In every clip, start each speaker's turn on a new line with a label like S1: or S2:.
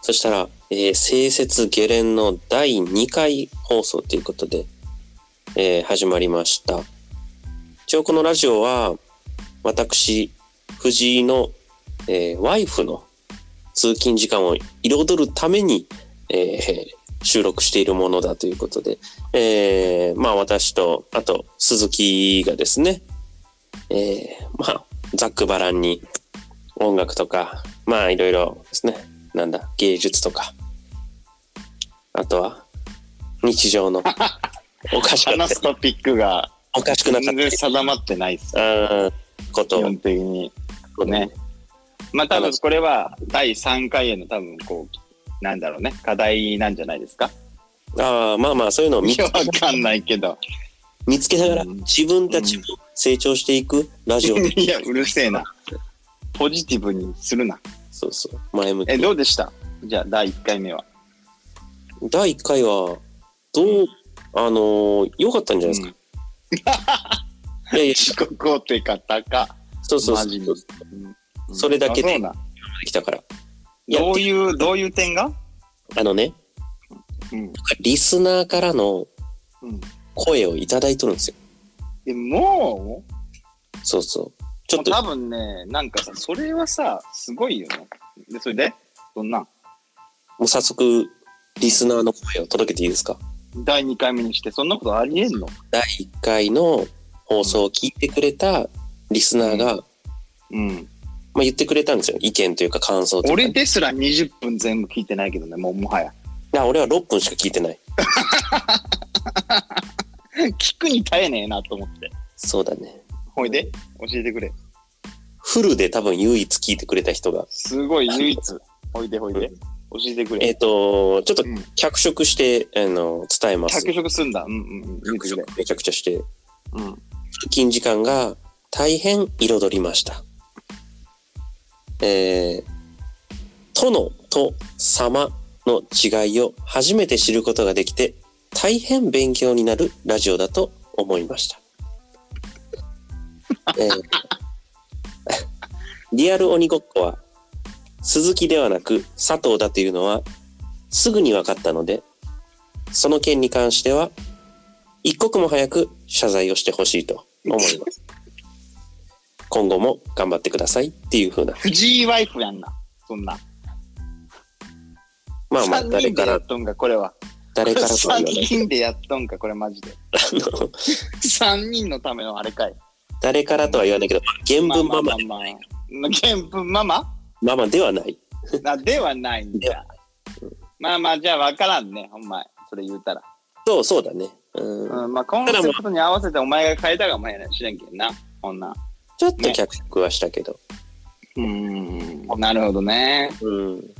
S1: そしたら、えー、聖節ゲレンの第2回放送ということで、えー始まりました。一応このラジオは、私、藤井の、えーワイフの通勤時間を彩るために、えー収録しているものだということで、えーまあ私と、あと鈴木がですね、えーまあ、ざっくばらんに音楽とか、まあいろいろですね、なんだ、芸術とか、あとは日常のおかしかっ た
S2: 話すトピックが
S1: おかしくなか
S2: 全
S1: っ
S2: 然定まってないです。
S1: たうんこと
S2: 基
S1: を
S2: 本的に。ね。まあ多分これは第3回への多分こう、なんだろうね、課題なんじゃないですか。
S1: ああまあまあそういうのを見
S2: い
S1: つ
S2: や、わかんないけど。
S1: 見つけながら
S2: うん
S1: 自分たちも成長 していくラジオ、
S2: いや、うるせえな。ポジティブにするな。
S1: そうそう前向き
S2: え、どうでしたじゃあ第1回目は。
S1: 第1回はどうあのー良かったんじゃないですか、いやいや
S2: 自己肯定が高。
S1: そうそうそ
S2: マジで
S1: うそれだけで
S2: あそうな
S1: できたからいや
S2: どういう、どういう点が
S1: あのね
S2: うん。
S1: リスナーからの
S2: うん
S1: 声をいただいとるんですよ
S2: でもう、
S1: そうそうちょっと
S2: 多分ね、なんかさ、それはさ、すごいよね。で、それで、どんな
S1: もう早速リスナーの声を届けていいですか
S2: 第2回目にして、そんなことありえんの
S1: 第1回の放送を聞いてくれたリスナーが、ま
S2: うん。
S1: あ、言ってくれたんですよ意見というか感想というか
S2: 俺ですら20分全部聞いてないけどね、もうもはや。
S1: いや俺は6分しか聞いてない
S2: 聞くに耐えねえなと思って。
S1: そうだね
S2: ほいで、教えてくれ。
S1: フルで多分唯一聞いてくれた人が
S2: すごい、唯一。ほいでほいで
S1: う。
S2: 教えてく
S1: え
S2: れ
S1: っ、。とちょっと
S2: うん
S1: 脚色して、あの伝えます
S2: 脚色すんだ。うんうんうん。言うてくれ
S1: めちゃくちゃして
S2: うん。
S1: 通勤時間が大変彩りました。えー、殿と様の違いを初めて知ることができて、大変勉強になるラジオだと思いました。えー リアル鬼ごっこは、鈴木ではなく佐藤だというのは、すぐに分かったので、その件に関しては、一刻も早く謝罪をしてほしいと思います。今後も頑張ってくださいっていうふうな。
S2: 藤井ワイフやんな。そんな。
S1: まあまあ、
S2: 三
S1: 誰
S2: 人
S1: か
S2: で
S1: ら
S2: やっ、とんか、これは。
S1: 誰からとは
S2: 3
S1: 言わない。
S2: 人でやっとんか、これマジで。
S1: あの
S2: 3人のためのあれかい。
S1: 誰からとは言わないけど、原
S2: まあ
S1: 文
S2: ま
S1: マ
S2: あま
S1: マ
S2: あ、まあ。原文ママ
S1: ママではない。
S2: あではないんだ。まあまあ、じゃあ分からんね、お前。それ言うたら。
S1: そう、そうだね。うん。
S2: うん、まあ、コンセプトに合わせてお前が変えたかもやないしれんけんな。こんな。
S1: ちょっと脚色はしたけど。
S2: うん。なるほどね。
S1: うん。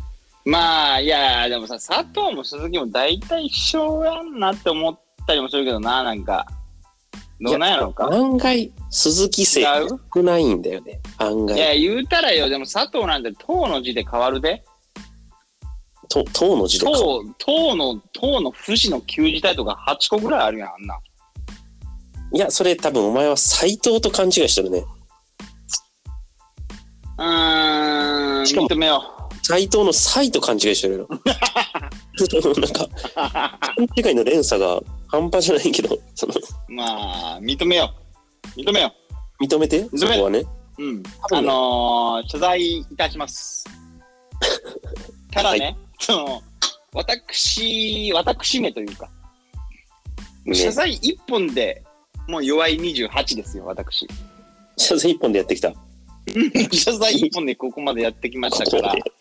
S2: まあ、いや、でもさ、佐藤も鈴木も大体一緒やんなって思ったりもするけどな、なんか。どうなんやろうか。
S1: 案外、鈴木生
S2: 違う
S1: 少ないんだよね。案
S2: いや、
S1: 外。
S2: 言うたらよ、でも佐藤なんて、唐の字で変わるで。
S1: と、唐の字でか。
S2: 唐、唐の、唐の不死の旧字体とか8個ぐらいあるやん、あんな。
S1: いや、それ多分お前は斎藤と勘違いしてるね。
S2: うーん、
S1: しかも
S2: 認めよ
S1: 斎藤の 斎と勘違いしてるよ。なんか、
S2: う。
S1: 勘違いの連鎖が半端じゃないけど、その、
S2: まあ、認めよう。認めよ
S1: 認めて、
S2: め
S1: そこはね。
S2: う。うん。
S1: 分
S2: あ
S1: ね
S2: のー謝罪いたし ます。ただね、
S1: は
S2: その、私、私めというか、
S1: ね
S2: 謝罪一本で、もう弱い28ですよ、私。
S1: 謝罪一本でやってきた。
S2: 謝罪一本でここまでやってきました から
S1: ここまで、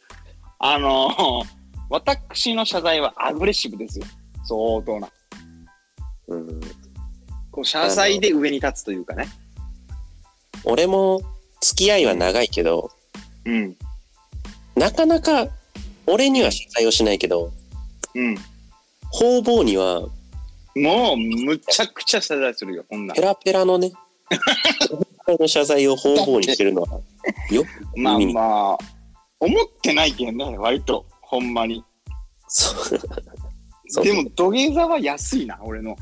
S2: あのー私の謝罪はアグレッシブですよ。相当な。
S1: うん。
S2: こう謝罪で上に立つというかね。
S1: 俺も、付き合いは長いけど、
S2: うん。
S1: なかなか俺には謝罪をしないけど
S2: うん。
S1: 方々には
S2: もう、むちゃくちゃ謝罪するよ、こんなん
S1: ペ。ラペラの ねの謝罪を方々にしてるのはよ
S2: まあ
S1: 耳に
S2: まあ、思ってないけんね、割と、ほんまに。
S1: そう そう
S2: でも、土下座は安いな、俺の。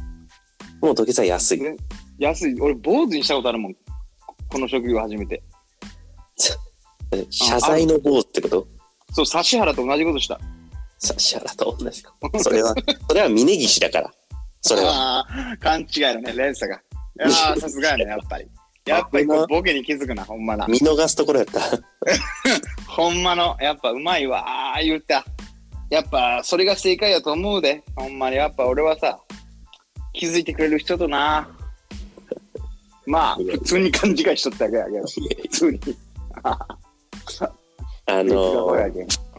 S1: もう土下座安い
S2: ね安い。俺、坊主にしたことあるもん。この職業初めて。
S1: 謝罪の坊主ってこと
S2: そう、指原と同じことした。
S1: 指原と同じか。 それは、それは峯岸だから。それは。
S2: あー勘違いだね、連鎖が。いやーさすがやね、やっ ぱり。やっぱりこうボケに気づくな、ほんまな。
S1: 見逃すところやった。
S2: ほんまの、やっぱうまいわ、ああ言った。やっぱそれが正解やと思うで、ほんまに。やっぱ俺はさ、気づいてくれる人とな。まあ、普通に勘違いしとったわけやけど、普通に。
S1: あ
S2: あ
S1: の、
S2: う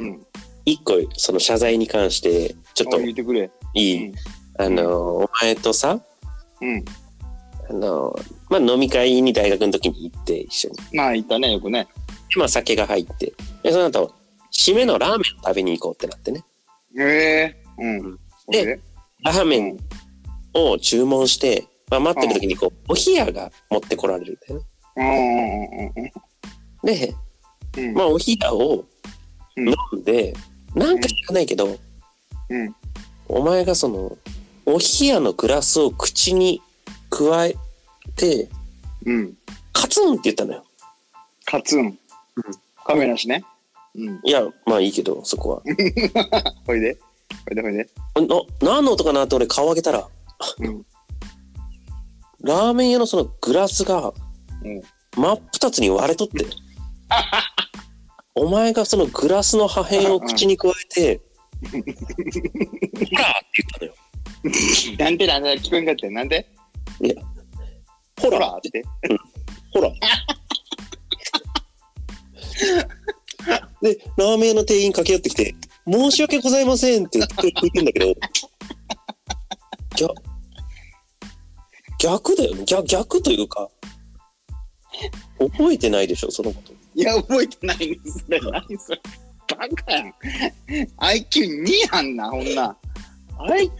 S2: ん、
S1: 一個、その謝罪に関して、ちょっと
S2: お言ってくれ。
S1: いうい
S2: ん。
S1: あの、お前とさ、
S2: うん。
S1: あの、まあ、飲み会に大学の時に行って、一緒に。
S2: まあ、言ったね、よくね。
S1: で、まあ、酒が入って。で、その後、締めのラーメン食べに行こうってなってね。
S2: ええうん。
S1: で
S2: で、
S1: ラーメンを注文して、まあ、待ってる時に、こう、お冷やが持ってこられるんだよね。
S2: うんうんうんうん
S1: で、
S2: うん。
S1: まあ、お冷やを
S2: うん
S1: 飲んで、なんか知らないけど、
S2: うん。
S1: お前がその、お冷やのグラスを口に加えて、
S2: うん。
S1: カツンって言ったのよ。
S2: カツン。カメラしね。うん。
S1: いや、まあいいけど、そこは。
S2: ほいで。ほいでほいで。
S1: な、何の音かなって俺顔上げたら、
S2: うん。
S1: ラーメン屋のそのグラスが
S2: うん。
S1: 真っ二つに割れと って。お前がそのグラスの破片を口に加えて、ほらって言ったのよ。
S2: なんてなんて聞こえんかったよなんで
S1: ほ
S2: ほ
S1: ら、
S2: らって。
S1: ほら。で、ラーメン屋の店員駆け寄ってきて、申し訳ございませんって聞いてんだけど、 ぎゃ逆だよね。逆、逆というか、覚えてないでしょ、そのこと。
S2: いや、覚えてないね。それ、何それ。バカやん。IQ2 やんな、ほんな。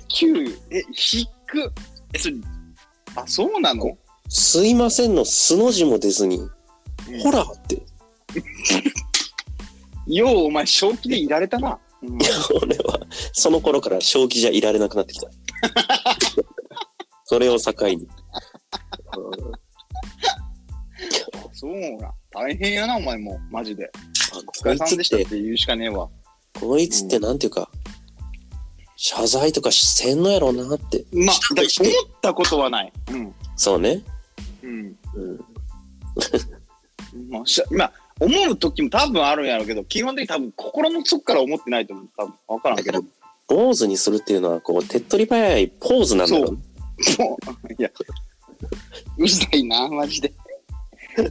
S2: IQ、え、低っ。え、それ、あ、そうなの
S1: すいませんの素の字も出ずに、
S2: うん
S1: ほらって。
S2: よう、お前、正気でいられたな。うん
S1: いや、俺は、その頃から正気じゃいられなくなってきた。 それを境に。うん
S2: そうな。大変やな、お前もう。マジで。
S1: あ
S2: お疲
S1: こ
S2: れ
S1: い
S2: さんでし
S1: つ
S2: た
S1: っ、
S2: ってて言うしかねえわ。
S1: こいつってなんていうか、謝罪とかせんのやろうなって。
S2: まあ
S1: し、
S2: だ
S1: た
S2: 思
S1: として
S2: ったことはない。うん。
S1: そうね。
S2: うん。
S1: うん。
S2: まあ、しゃまあ、思う時も多分あるんやろうけど、基本的に多分心の底から思ってないと思う。多分わからんけど。
S1: 坊主にするっていうのは、こう、手っ取り早いポーズなんだろう。
S2: もう、いや、うざいな、マジで。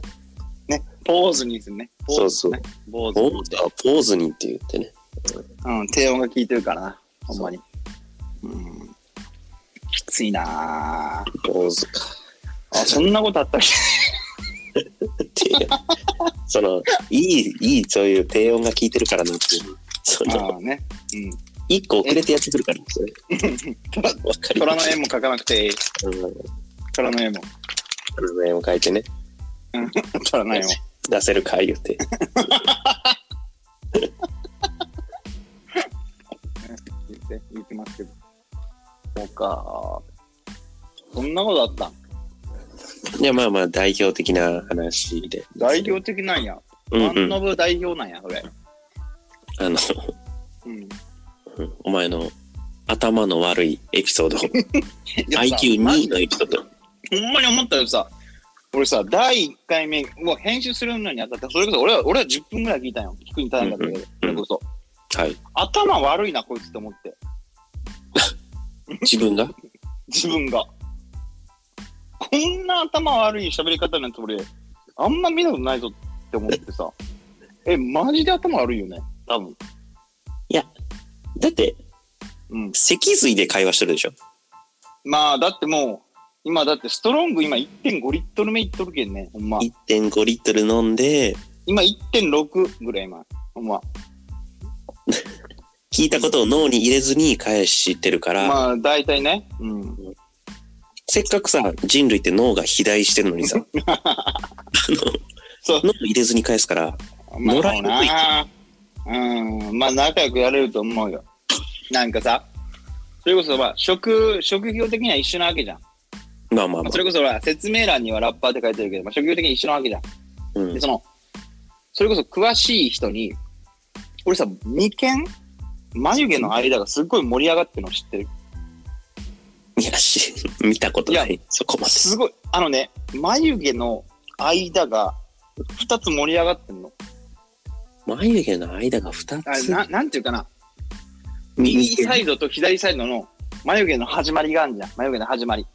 S2: ね、ポーズにするね。ポーズね。ポーズ
S1: 坊主はポーズにって言ってね。
S2: うん、低音が効いてるからな、ほんまに。うん。きついなぁ
S1: 坊主か。
S2: あ、そんなことあったっ け
S1: ってい うその、いい、いい、そういう低音が効いてるからなっていう。その、
S2: ああね。うん。
S1: 一個遅れてやってくる から、それ。
S2: 虎
S1: わかり
S2: 虎
S1: ま
S2: の
S1: す。
S2: 絵も描かなくていい。
S1: うん
S2: 虎の絵も。
S1: 虎の絵を描いてね。
S2: 虎の絵も。
S1: 出せるか言うて。
S2: 言って、言ってますけど。そうか。そんなことあったん
S1: いや、まあまあ、代表的な話で。
S2: 代表的なんや。
S1: うん
S2: ワン
S1: うん。
S2: ノブ代表なんや、これ。
S1: あの、
S2: うん。
S1: うんお前の頭の悪いエピソード。
S2: いやさ
S1: IQ2 のエピソード。
S2: ほんまに思ったよさ、俺さ、第1回目、もう編集するのにあたって、それこそ俺は俺は10分ぐらい聞いたんよ。聞くに足らんかったけど、
S1: うん
S2: そ
S1: う
S2: れ
S1: ん
S2: こそ。
S1: はい。
S2: 頭悪いな、こいつって思って、
S1: 自分が
S2: 自分が。こんな頭悪い喋り方なんて俺、あんま見たことないぞって思ってさ、え、マジで頭悪いよね、多分。
S1: だって、
S2: うん。
S1: 脊髄で会話してるでしょ。
S2: まあ、だってもう、今だってストロング今1.5リットル目いっとるけんね、ほんま。
S1: 1.5リットル飲んで、
S2: 今1.6ぐらい今、ほんま。
S1: 聞いたことを脳に入れずに返してるから、
S2: まあ、大体ね。うん。
S1: せっかくさ、人類って脳が肥大してるのに さ、あの
S2: そう
S1: 脳入れずに返すから、
S2: ま
S1: もらえるといい
S2: あうん、まあ仲良くやれると思うよ。なんかさ、それこそまあ職職業的には一緒なわけじゃん。
S1: まあまあ
S2: ま
S1: ま
S2: あ、
S1: あ
S2: そ。れこそほら説明欄にはラッパーって書いてるけど、まあ、職業的に一緒なわけじゃん。
S1: うん
S2: で、その、それこそ詳しい人に、俺さ、2件眉毛の間がすっごい盛り上がってるの知ってる
S1: いや、し、見たことない。そこま
S2: すごいあのね眉毛の間が2つ盛り上がってるの
S1: で。眉毛の間が二
S2: あ
S1: つ。
S2: ななんていうかな右
S1: 右
S2: サイドと左サイドの眉毛の始まりがあるじゃん眉毛の始まり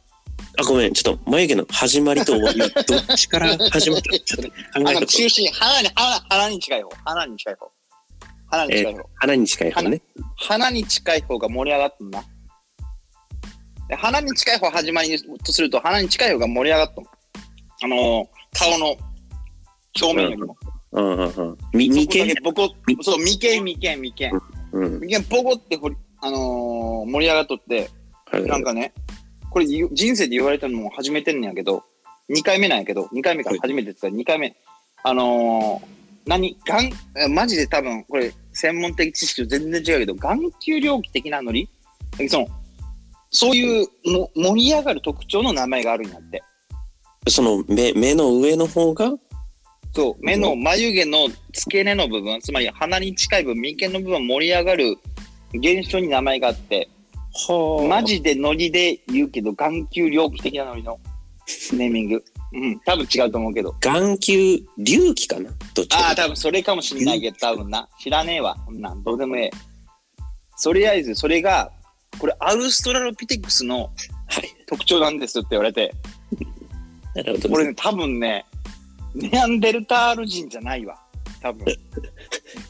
S1: あ、ごめん。ちょっと眉毛の始まりと 終わりはどっちから始まったちょっと考
S2: あ
S1: え
S2: の
S1: たこと
S2: 中心鼻に鼻鼻に近い方鼻に近い方鼻に近い方、
S1: 鼻に近い方ね。
S2: 鼻に近い方が盛り上がってんなで鼻に近い方始まりとすると鼻に近い方が盛り上がっとんあのー顔の表面よりも、
S1: うんうんうん。み眉
S2: そこだけ
S1: 毛
S2: ボコ
S1: み
S2: そう眉間眉間眉間
S1: うん。
S2: 眉間ボコってほりあのー盛り上がっとって
S1: はい
S2: なんかね、これ言う人生で言われたのも初めてんやけど、2回目なんやけど、2回目から初めてって言った2回目。あのー、何眼えマジで多分、これ、専門的知識と全然違うけど、眼球領域的なノリその、そういうも盛り上がる特徴の名前があるんやって。
S1: その目、目の上の方が、
S2: そう、目の眉毛の付け根の部分、つまり鼻に近い部分、眉間の部分盛り上がる現象に名前があって、
S1: は
S2: マジでノリで言うけど、眼球猟奇的なノリのネーミング。うん、多分違うと思うけど。
S1: 眼球隆起かなどっちか
S2: ああ、多分それかもしんないけど、多分な。知らねえわ。そんなん、どうでもええ。とりあえず、それが、これ、アウストラロピテクスの
S1: はい。
S2: 特徴なんですって言われて、
S1: なるほどね。
S2: これね、多分ね、ネアンデルタール人じゃないわ。多分。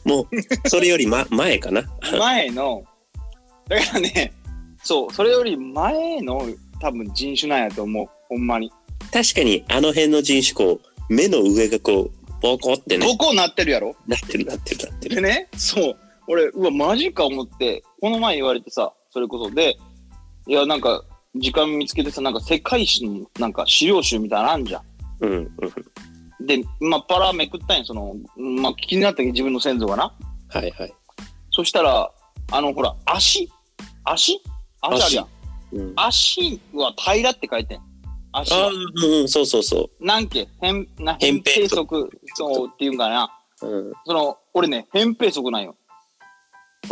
S1: もう、それより、 ま、前かな。
S2: 前の、だからね、そう、それより前の、多分人種なんやと思う。ほんまに。
S1: 確かに、あの辺の人種、こう、目の上がこう、ボコってね、
S2: どこなってるやろ
S1: なってるなってるなってる。
S2: でね、そう、俺、うわ、マジか思って、この前言われてさ、それこそで、いや、なんか、時間見つけてさ、なんか世界史の、なんか資料集みたいなのあんじゃ
S1: うん、うん。
S2: ん。で、まあ、パラめくったんや、その、まあ、気になったけど、自分の先祖がな。
S1: はいはい。
S2: そしたら、あの、ほら、足足足あるやん。
S1: うん、あ
S2: 足は平らって書いてん。足
S1: あ
S2: は。
S1: ー、うんうん、そうそうそ
S2: なんけ、変、な、
S1: 扁
S2: 扁
S1: 平
S2: 平
S1: 足
S2: 足、そうっていうんかな。
S1: う。うん。
S2: その、俺ね、扁平足なんよ。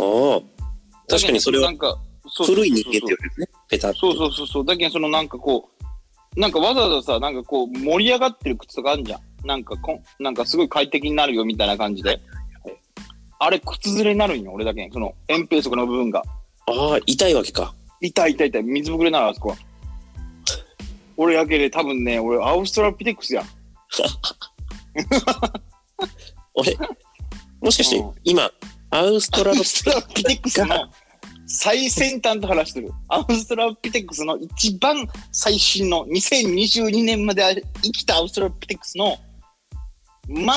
S1: ああ。確かにそれ
S2: な
S1: は
S2: んか、そうそうそうそう
S1: 古い人間って言われるね。ペタッ
S2: そうそうそうそう。だけどそのなんかこう、なんかわざわざさ、なんかこう盛り上がってる靴とかあるじゃん。なんかこん、なんかすごい快適になるよみたいな感じで。あれ、靴ずれになるんよ、俺だけ。その、扁平足の部分が。
S1: ああ、痛いわけか。
S2: 痛い痛い痛い。水ぶくれになる、あそこは。俺だけで、多分ね、俺、アウストラピテクスや。
S1: 俺、もしかして
S2: うん
S1: 今、アウストラ
S2: ア
S1: ロ
S2: ウストラピテクスの最先端と話してる。アウストラピテクスの一番最新の2022年まで生きたアウストラピテクスの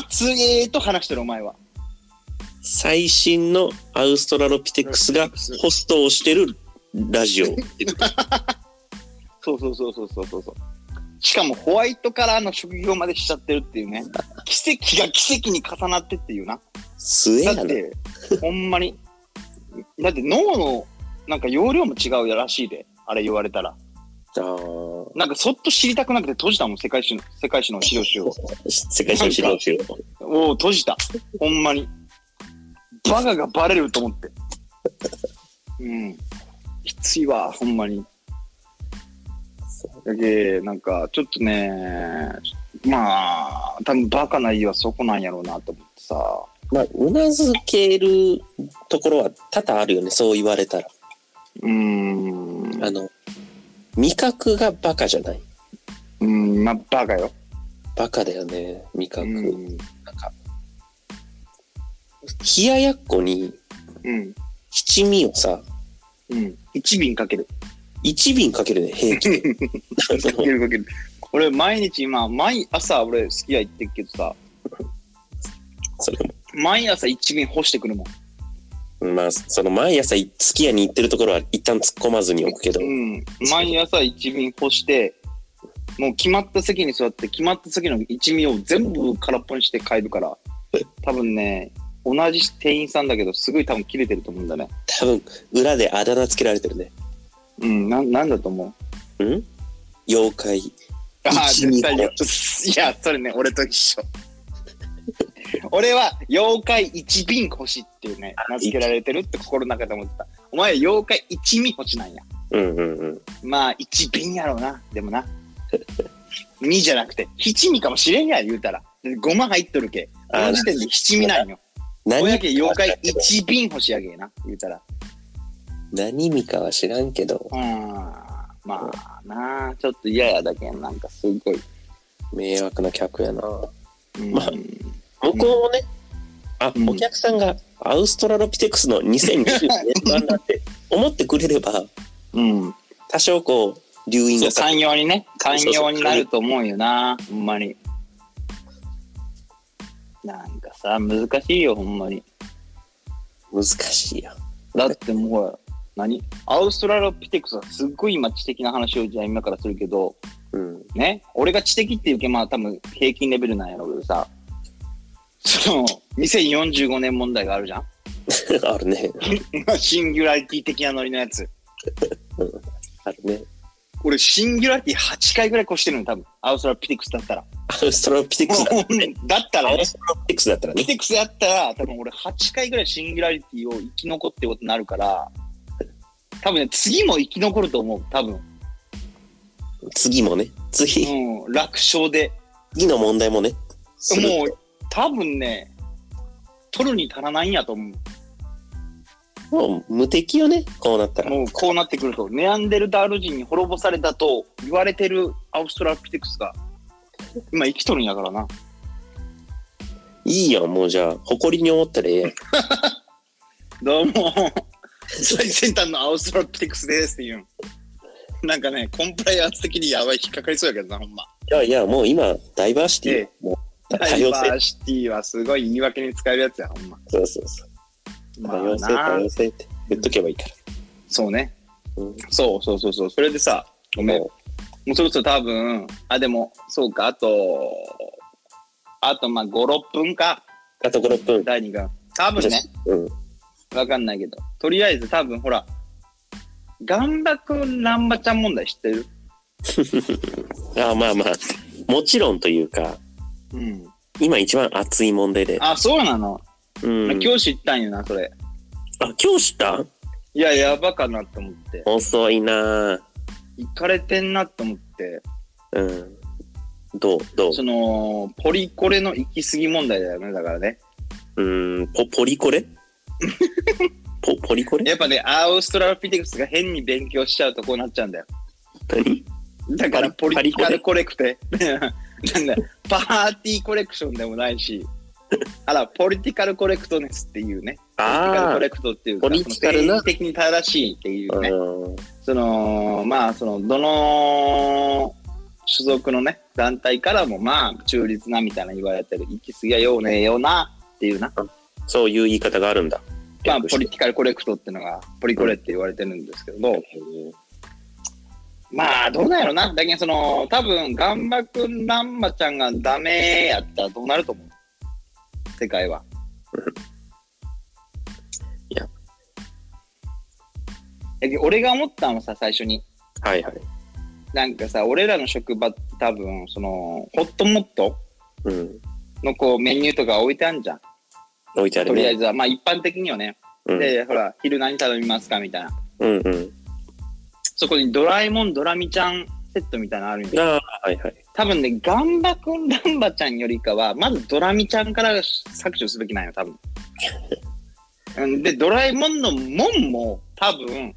S2: 末裔と話してるお前は。
S1: 最新のアウストラロピテクスがホストをしてるラジオ。
S2: そうそうそうそうそうそうそう。しかもホワイトカラーの職業までしちゃってるっていうね。奇跡が奇跡に重なってっていうな。
S1: 末や
S2: だ
S1: な
S2: っ。て、ほんまに。だって脳のなんか容量も違うらしいで。あれ言われたら。
S1: あー
S2: なんかそっと知りたくなくて閉じたもん、世界史の、世界史の資料集を。
S1: 世界史の資料集。
S2: おお、閉じた。ほんまに。バカがバレると思って。うん。きついわ、ほんまに。だけなんか、ちょっとね、まあ、多分バカな理由はそこなんやろうなと思ってさ。
S1: まあ、うなずけるところは多々あるよね。そう言われたら。
S2: うーん。
S1: あの、味覚がバカじゃない。
S2: うん、まあ、バカよ。
S1: バカだよね、味
S2: う
S1: 覚。
S2: ん。
S1: なんか、冷ややっこに
S2: うん。
S1: 七味をさ、
S2: うん。一瓶かける。
S1: 一瓶かけるね、平気 で。そ
S2: かけ
S1: の
S2: るかける。俺、毎日今、毎朝俺、好きや行ってるけどさ、
S1: それ
S2: 毎朝一瓶干してくるもん。
S1: もまあ、その毎朝い、すき家に行ってるところは一旦突っ込まずに置くけど、
S2: うん、毎朝一味干してもう決まった席に座って決まった席の一味を全部空っぽにして帰るから多分ね同じ店員さんだけどすごい多分切れてると思うんだね
S1: 多分、裏であだ名つけられてるね。
S2: うんななんだと思う
S1: うん妖怪。
S2: ああ
S1: 一味
S2: 絶対よいやそれね俺と一緒 俺は妖怪一瓶星っていうね、名付けられてるって心の中で思ってた。お前妖怪一味星なんや。
S1: うんうんうん。
S2: まあ、一瓶やろうな。でもな。二じゃなくて、七味かもしれんや、言うたら。ごま入っとるけ。こ
S1: あー
S2: の時点で七味なんよ。
S1: 何
S2: おやけ妖怪一瓶星やけえな、言うたら。
S1: 何味かは知らんけど、
S2: うーん。まあなあ、ちょっと嫌やだけん、なんかすごい。
S1: 迷惑な客やな。向
S2: うん
S1: まあこうもね、あ、
S2: うん
S1: お客さんがアウストラロピテクスの2024年版だって思ってくれれば、
S2: うん。
S1: 多少こう、留飲
S2: そ
S1: が
S2: う、寛容にね、
S1: そう
S2: 寛
S1: そう
S2: 容になると思うよな、ほんまに。なんかさ、難しいよ、ほんまに。
S1: 難しいやん。
S2: だってもうほら、何アウストラロピテクスはすっごい今知的な話をじゃあ今からするけど、
S1: うん。
S2: ね、俺が知的っていうけまあ多分平均レベルなんやろうけどさ、その、2045年問題があるじゃん
S1: あるね。
S2: シンギュラリティ的なノリのやつ。
S1: あるね。
S2: 俺、シンギュラリティ8回ぐらい越してるの、多分。アウストラロピテクスだったら。
S1: アウストラロピテクスだ。
S2: だったら
S1: ア
S2: ね
S1: ウ。ストラロピテクスだったら
S2: ピ
S1: ね。
S2: テクスやったら、多分俺8回ぐらいシンギュラリティを生き残ってことになるから、多分ね、次も生き残ると思う、多分。
S1: 次もね。次、
S2: うん、楽勝で。
S1: 次の問題もね。する
S2: もう、多分ね、取るに足らないんやと思
S1: もう無敵よね、こうなった
S2: う。
S1: ら。
S2: もうこうなってくると、ネアンデルタール人に滅ぼされたと言われてるアウストラピテクスが、今生きとるんやからな。
S1: いいやん、もうじゃあ、誇りに思ったらええやん。
S2: どうも、最先端のアウストラピテクスですって言うん。なんかね、コンプライアンス的にやばい引っかかりそうやけどな、ほんま。
S1: いやいや、もう今、ダイバーシティ、
S2: え
S1: もう
S2: ダ
S1: 多
S2: イ
S1: 様
S2: バ
S1: 性。
S2: ーシティはすごい言い訳に使えるやつや、ほんま。
S1: そうそうそう。多
S2: まあ
S1: 様性、
S2: な
S1: 多様性って言っとけばいいから。
S2: そうね。
S1: うん
S2: そうそうそうそう。それでさ、ごめん。も
S1: も
S2: うそろそろ多分、あ、でも、そうか、あと、あとまあ5、6分か、
S1: うあと5、6分。
S2: 第2弾。多分ね、
S1: うん。
S2: わかんないけど。とりあえず多分、ほら、ガンバくん、ランバちゃん問題知ってる
S1: ああまあまあ、もちろんというか、
S2: うん。
S1: 今一番熱い問題で。
S2: あ、そうなの。
S1: うん。
S2: 今日知ったんよな、それ。
S1: あ、今日知った
S2: いや、やばかなって思って。
S1: 遅いなぁ
S2: 行かれてんなって思って。
S1: うん。どうどう
S2: そのポリコレの行き過ぎ問題だよねだからね
S1: うーん、ポ、ポリコレポ、ポリコレ
S2: やっぱねアウストラロピテクスが変に勉強しちゃうとこうなっちゃうんだよ
S1: 何
S2: だからポリティカル
S1: パ
S2: コレクテ なんだパーティーコレクションでもないしあらポリティカルコレクトネスっていうねポリティカル
S1: あ
S2: コレクトっていうか
S1: ポリティカルな
S2: その政治的に正しいっていう
S1: あ、
S2: ね
S1: うん
S2: そのまあそのどの所属のね団体からもまあ中立なみたいな言われてる行き過ぎはようねえよなっていうな
S1: そういう言い方があるんだ。
S2: まあ、
S1: 略
S2: ポ
S1: し
S2: リ
S1: て
S2: ティカルコレクトってのが、ポリコレって言われてるんですけども、まあ、どうなんやろな。だけど、その、多分、ガンバくん、ランマちゃんがダメやったらどうなると思う世界は。
S1: いや
S2: だけど。俺が思ったのはさ、最初に。
S1: はいはい。
S2: なんかさ、俺らの職場って多分、その、ホットモット
S1: うん。
S2: のこう、メニューとか置いてあるじゃん。
S1: 置いてある
S2: とりあえ
S1: ね。
S2: ずは、まあ、一般的にはね。
S1: うん
S2: で、ほら、昼何頼みますかみたいな。
S1: うんうん。
S2: そこにドラえもん、ドラミちゃんセットみたいなのあるんで、
S1: ああ、はいはい。
S2: 多分ね、ガンバくん、ランバちゃんよりかは、まずドラミちゃんから削除すべきなんよ、多分。うんで、ドラえもんのもんも、多分、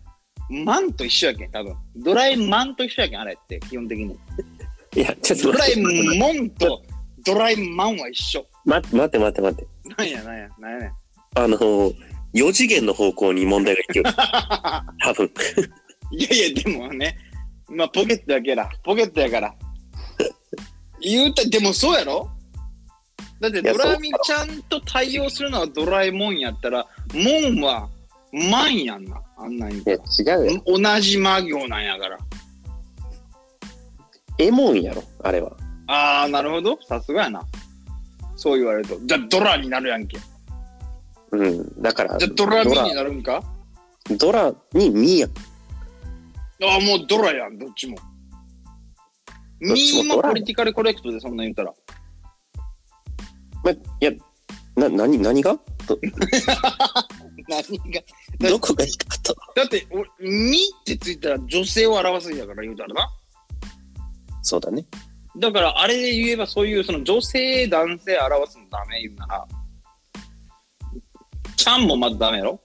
S2: マンと一緒やけん、多分。ドラえマンと一緒やけん、あれって、基本的に。
S1: いや、ちょっと
S2: ドラ
S1: 待っ
S2: え
S1: て。
S2: もんとドラえマンは一緒。
S1: 待って、待って、待って、待って。
S2: なんや、なんや、なんやねん。
S1: あのー、4次元の方向に問題がい ってる。多分。
S2: いやいや、でもね、まあ、ポケットやけら、ポケットやから。言うた、でもそうやろだって、
S1: いや
S2: ドラミちゃんと対応するのはドラえもんやったら、もんは、マンやんな、あんなん言うたら
S1: 違う。
S2: 同じ魔行なんやから。
S1: エモンやろ、あれは。
S2: あー、なるほど。さすがやな。そう言われると。じゃあ、ドラになるやんけ。じ
S1: うん。だから、
S2: ゃあ、ドラミになるんか
S1: ドラにミやん。
S2: ああ、もうドラやん、どっちも。
S1: どっ
S2: ミ
S1: ちも
S2: ー
S1: ド
S2: も
S1: ラ
S2: ポリティカルコレクトでそんな言うたら。
S1: ま、いや、な、何、何が ど、
S2: 何が。
S1: どこがいいかと。
S2: だって、俺、みってついたら女性を表すんやから言うたらな。
S1: そうだね。
S2: だから、あれで言えばそういう、その女性、男性表すのダメ言うなら、ちゃんもまだダメやろ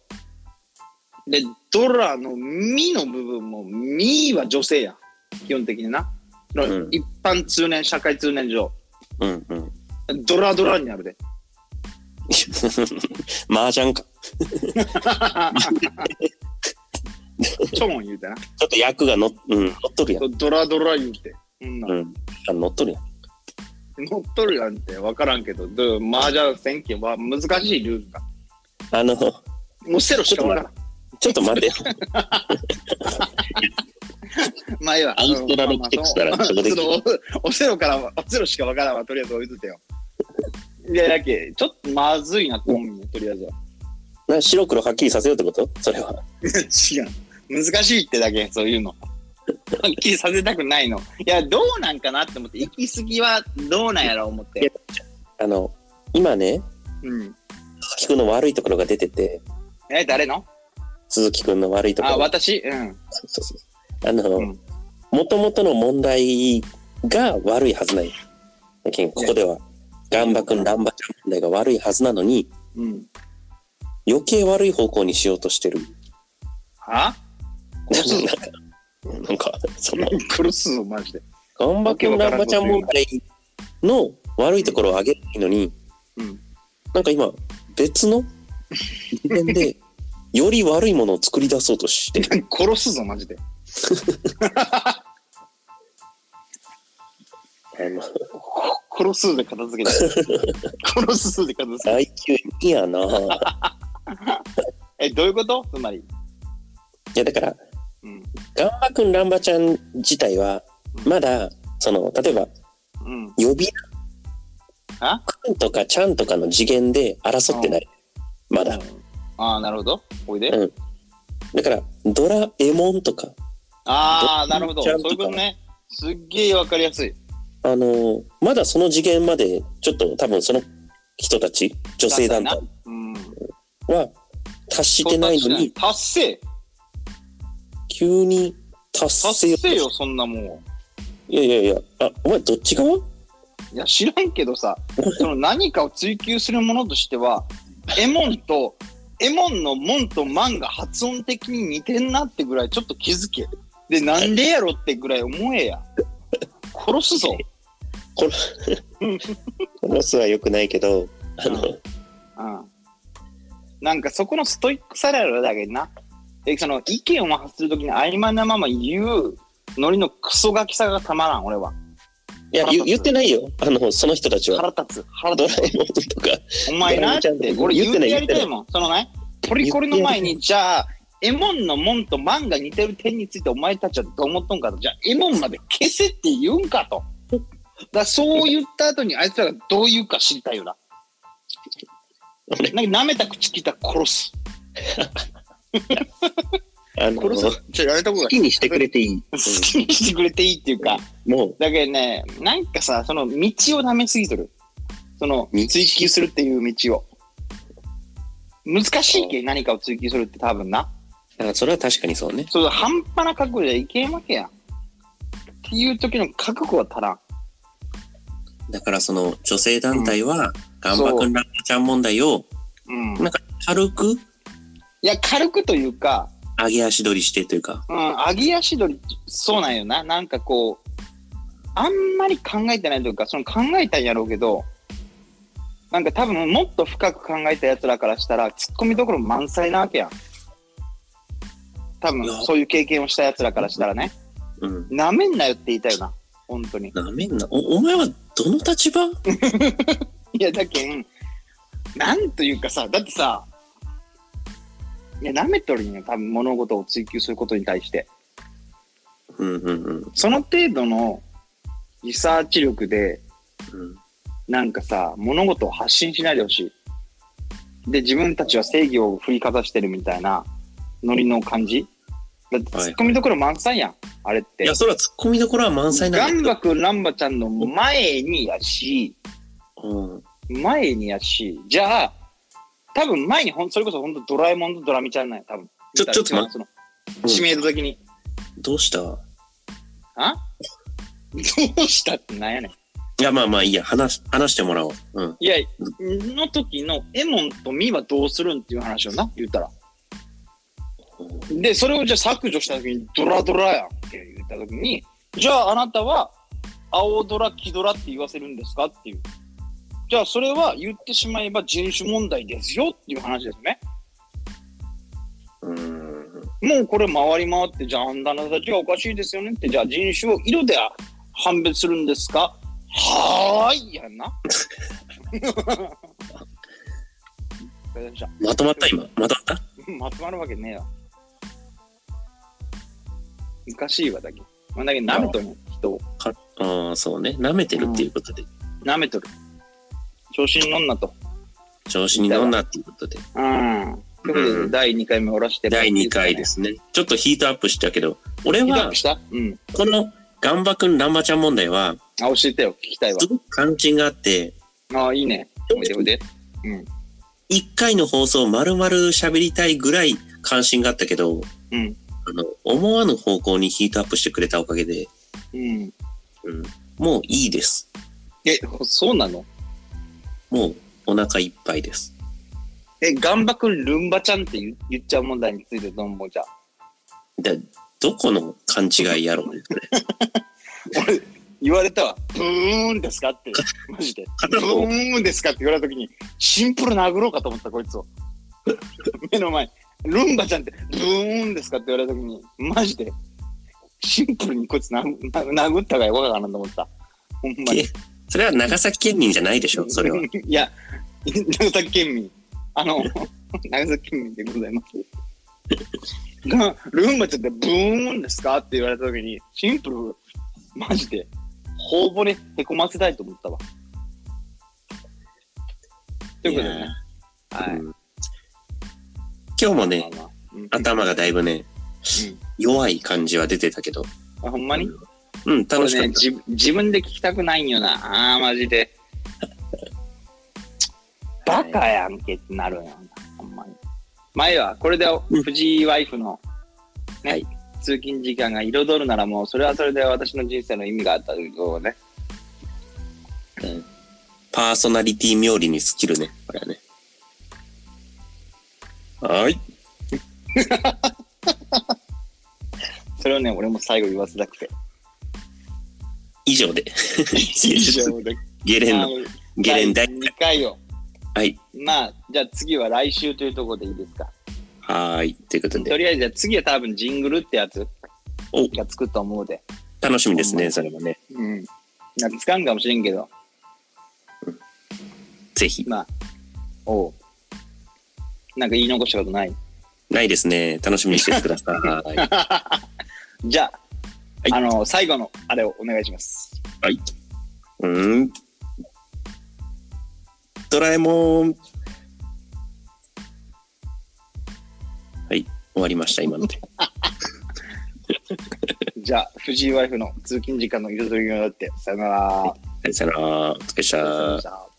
S2: で、ドラのみの部分も、みは女性や。基本的にな。その
S1: うん
S2: 一般通念、社会通念上、
S1: うんうん。
S2: ドラドラになるで。
S1: 麻雀か。
S2: ちょん言うてな。
S1: ちょっと役がの、うん、乗っとるやん。
S2: ドラドラ言うて。うんな
S1: うん。あ乗っとるやん。
S2: 乗っとるなんて分からんけど、で麻雀戦記は難しいルールだ。
S1: あの、ち
S2: もうセロしか分からん。
S1: ょっと待ってよ。
S2: まあいいわ。
S1: アウストラロックテクスなら
S2: まあまあ
S1: そこで聞いて
S2: その おおセロからは、おセロしか分からんわ、とりあえず置いといてよ。いや、だけ、ちょっとまずいなと思うんよ、とりあえずは。
S1: な白黒はっきりさせようってことそれは。
S2: 違う。難しいってだけ、そういうの。はっきりさせたくないの。いや、どうなんかなって思って、行き過ぎはどうなんやろ、思っ
S1: いや
S2: て。
S1: あの、今ね、
S2: うん。
S1: 鈴木くんの悪いところが出てて、
S2: え、誰の
S1: 鈴木くんの悪いところ
S2: あ、私うん。
S1: そうそうそう。あの、
S2: うん
S1: もともとの問題が悪いはずない。だけんここでは、ガンバ君、ランバちゃん問題が悪いはずなのに、
S2: うん。
S1: 余計悪い方向にしようとしてる。
S2: は
S1: なんか、 なんか、その、
S2: 殺すぞ、マジで。
S1: ガンバ君、ランバちゃん問題の悪いところを上げないのに、
S2: うん。
S1: なんか今、別の時点で、より悪いものを作り出そうとしてる。
S2: 殺すぞ、マジで。
S1: あの
S2: 殺すで 片付けて。殺すで片付けて。
S1: IQ いやなぁ。
S2: え、どういうことつまり。
S1: いやだから、
S2: うん
S1: ガンバくんランバちゃん自体は
S2: うん
S1: まだ、その例えば
S2: うん。
S1: 呼び名
S2: あ
S1: くんとかちゃんとかの次元で争ってない、まだ
S2: ああ、なるほど。おいで。
S1: うんだからドラえもんとか
S2: ああ、なるほど。
S1: ち
S2: そ
S1: ゃ
S2: うんい
S1: とか
S2: うことね。すっげえわかりやすい。
S1: あのーまだその次元までちょっと多分その人たち女性団体
S2: うん。
S1: は達してないのに
S2: 達成
S1: 急に達成
S2: 達
S1: を
S2: 成よ、そんなも
S1: いやいやいやあお前どっち側
S2: ん。いや、知らんけどさ、その何かを追求するものとしては、エモンと、エモンのモンとマンが発音的に似てんなってぐらいちょっと気づけ。で、なんでやろってぐらい思えや。殺すぞ。
S1: これロスは良くないけどあの、
S2: うんうんなんかそこのストイックさやろだけどな。え、その意見を発するときに曖昧なまま言うノリのクソガキさがたまらん、俺は。
S1: いや、言言ってないよ。あの、その人たちは。
S2: 腹立つ、腹
S1: ド
S2: 立
S1: ラ
S2: つ。
S1: えもんとか。
S2: お前なっ
S1: ドラえもんちゃん
S2: て、
S1: と
S2: 俺
S1: 言
S2: 言
S1: っ
S2: って
S1: な
S2: て
S1: い
S2: やりたいもん。そのね、ポリコレの前に、じゃあ、エモンのモンとマンが似てる点についてお前たちはどう思っとんかと。じゃあ、エモンまで消せって言うんかと。だからそう言った後にあいつらがどう言うか知りたいよ な。なんか舐めた口聞いたら殺す。
S1: あの、
S2: 殺
S1: 好
S2: す。じゃあやれたことが
S1: きにしてくれていい。
S2: 好きにしてくれていいっていうか、
S1: もう、
S2: だけどね、なんかさ、その道を舐めすぎとる。その、
S1: 道
S2: 追求するっていう道を。難しいけん、何かを追求するって多分な。
S1: だからそれは確かにそうね。
S2: そう、半端な覚悟じゃいけんわけやん。っていう時の覚悟は足らん。
S1: だからその、女性団体は、ガンバ
S2: そ
S1: く、
S2: うん
S1: ランバちゃん問題を、
S2: うん。
S1: ないんか軽く
S2: や、軽くというか、
S1: 上げ足取りしてというか。
S2: うん、揚げ足取り、そうなんよな。なんかこう、あんまり考えてないというか、その考えたんやろうけど、なんか多分もっと深く考えたやつらからしたら、ツッコミどころ満載なわけやん。多分
S1: いや
S2: そういう経験をしたやつらからしたらね、
S1: うん。
S2: なめんなよって言いたいよな、本当に。
S1: なめんな。お、お前はどの立場
S2: いや、だけん、なんというかさ、だってさ、いや、なめとるんよ、多分物事を追求することに対して。
S1: うんうんうん
S2: その程度のリサーチ力で、
S1: うん。
S2: なんかさ、物事を発信しないでほしい。で、自分たちは正義を振りかざしてるみたいなノリの感じ。だって、
S1: はい
S2: ツッコミどころ満載やん、あれっ
S1: い
S2: て
S1: や、。それは突っ込みどころは満載な
S2: ガ
S1: ん
S2: ン
S1: だ
S2: バくん、ランバちゃんの前にやし、
S1: けど。うん。
S2: 前にやし、じゃあ、多分前にほん、それこそ本当ドラえもんとドラミちゃんなんや、多分。
S1: ちょちょっと待
S2: その
S1: うん
S2: 知名度的に。
S1: どうした
S2: あどうしたってなんやねん。
S1: いや、まあまあいいや、話、話してもらおう。うん。
S2: いや、の時のエモンとミはどうするんっていう話をな、言ったら。で、それをじゃあ削除した時にドラドラやんって言った時に、じゃああなたは青ドラ、黄ドラって言わせるんですかっていう。じゃあそれは言ってしまえば人種問題ですよっていう話ですね。
S1: うーん。
S2: もうこれ回り回って、じゃああんたたちがおかしいですよねって、じゃあ人種を色で判別するんですかはーいやんな。
S1: まとまった今。まとまっ
S2: まとまるわけねえわ。おかしいわ、だけ。まあ、だけど、舐めとるよ人を。
S1: たかああ、そうね。舐めてるっていうことで。
S2: 舐めとる。調子に乗んなと。
S1: 調子に乗んなっていうことで。
S2: うん。とい
S1: う
S2: うことで、
S1: ん
S2: 第2回目おろして。
S1: 第2回ですすね。ちょっとヒートアップしたけど、俺
S2: ヒートアッ
S1: は
S2: プ、したうん。
S1: このガンバくん、ランバちゃん問題は、
S2: あ、教えてよ。聞きたいわ
S1: す。ごく関心があって、
S2: ああ、いいね。おいでおいで。
S1: 1回の放送丸々喋りたいぐらい関心があったけど、
S2: うん。
S1: あの、思わぬ方向にヒートアップしてくれたおかげで、
S2: うん。
S1: うん、もういいです。
S2: え、そうなの
S1: もうお腹いっぱいです。
S2: え、ガンバくんルンバちゃんって言言っちゃう問題についてどう思うじゃん。
S1: で、どこの勘違いやろうね、 これ。
S2: 俺、言われたわ。ブーンですかって。マジで。ブ
S1: 片方、
S2: ーンですかって言われたときに、シンプル殴ろうかと思った、こい つを。目の前、ルンバちゃんって、ブーンですかって言われたときに、マジで、シンプルにこいつなな殴ったかよかったなと思った。ほんまに。
S1: それは長崎県民じゃないでしょ、それは。
S2: いや、長崎県民。あの、 長崎県民でございます。が、ルンバちゃんってブーンですかって言われたときに、シンプル、マジで、頬骨へこませたいと思ったわ。ということでね。は
S1: う
S2: い。
S1: ん今日もね、
S2: まあまあうん
S1: 頭がだいぶね、弱い感じは出てたけど、
S2: あほんまに
S1: うん、楽し
S2: こ
S1: かっ
S2: れね
S1: た。
S2: じ自分で聞きたくないんよな。あー、マジで。 バカやんけってなるんよな。ほんまに。前は、これで
S1: うん
S2: 藤井ワイフの、ね
S1: はい
S2: 通勤時間が彩るならもう、それはそれで私の人生の意味があったけどね。
S1: うんパーソナリティ冥利に尽きるね、これはね。はーい。
S2: それをね、俺も最後言わせたくて。
S1: 以上で。
S2: 以上で。
S1: ゲレンの、ゲレン第
S2: 2回を。
S1: はい。
S2: まあ、じゃあ次は来週というところでいいですか。
S1: はーい。ということ
S2: と
S1: で、
S2: りあえず、じゃあ次は多分ジングルってやつ
S1: お
S2: がつくと思うで。
S1: 楽しみですね、それもね。
S2: うん。なんかつかんかもしれんけど、
S1: ぜひ。
S2: まあ、おう。なんか言い残したことない。
S1: ないですね。楽しみにしててください。は
S2: じゃあ、
S1: い
S2: あの、最後のあれをお願いします。
S1: い。うーん。ドラえもん。はい。終わりました、今ので。
S2: じゃあ、藤井ワイフの通勤時間の彩りによって、さよなら。
S1: はいさよなら。お疲れ様でし
S2: お疲れ様
S1: た
S2: でし。た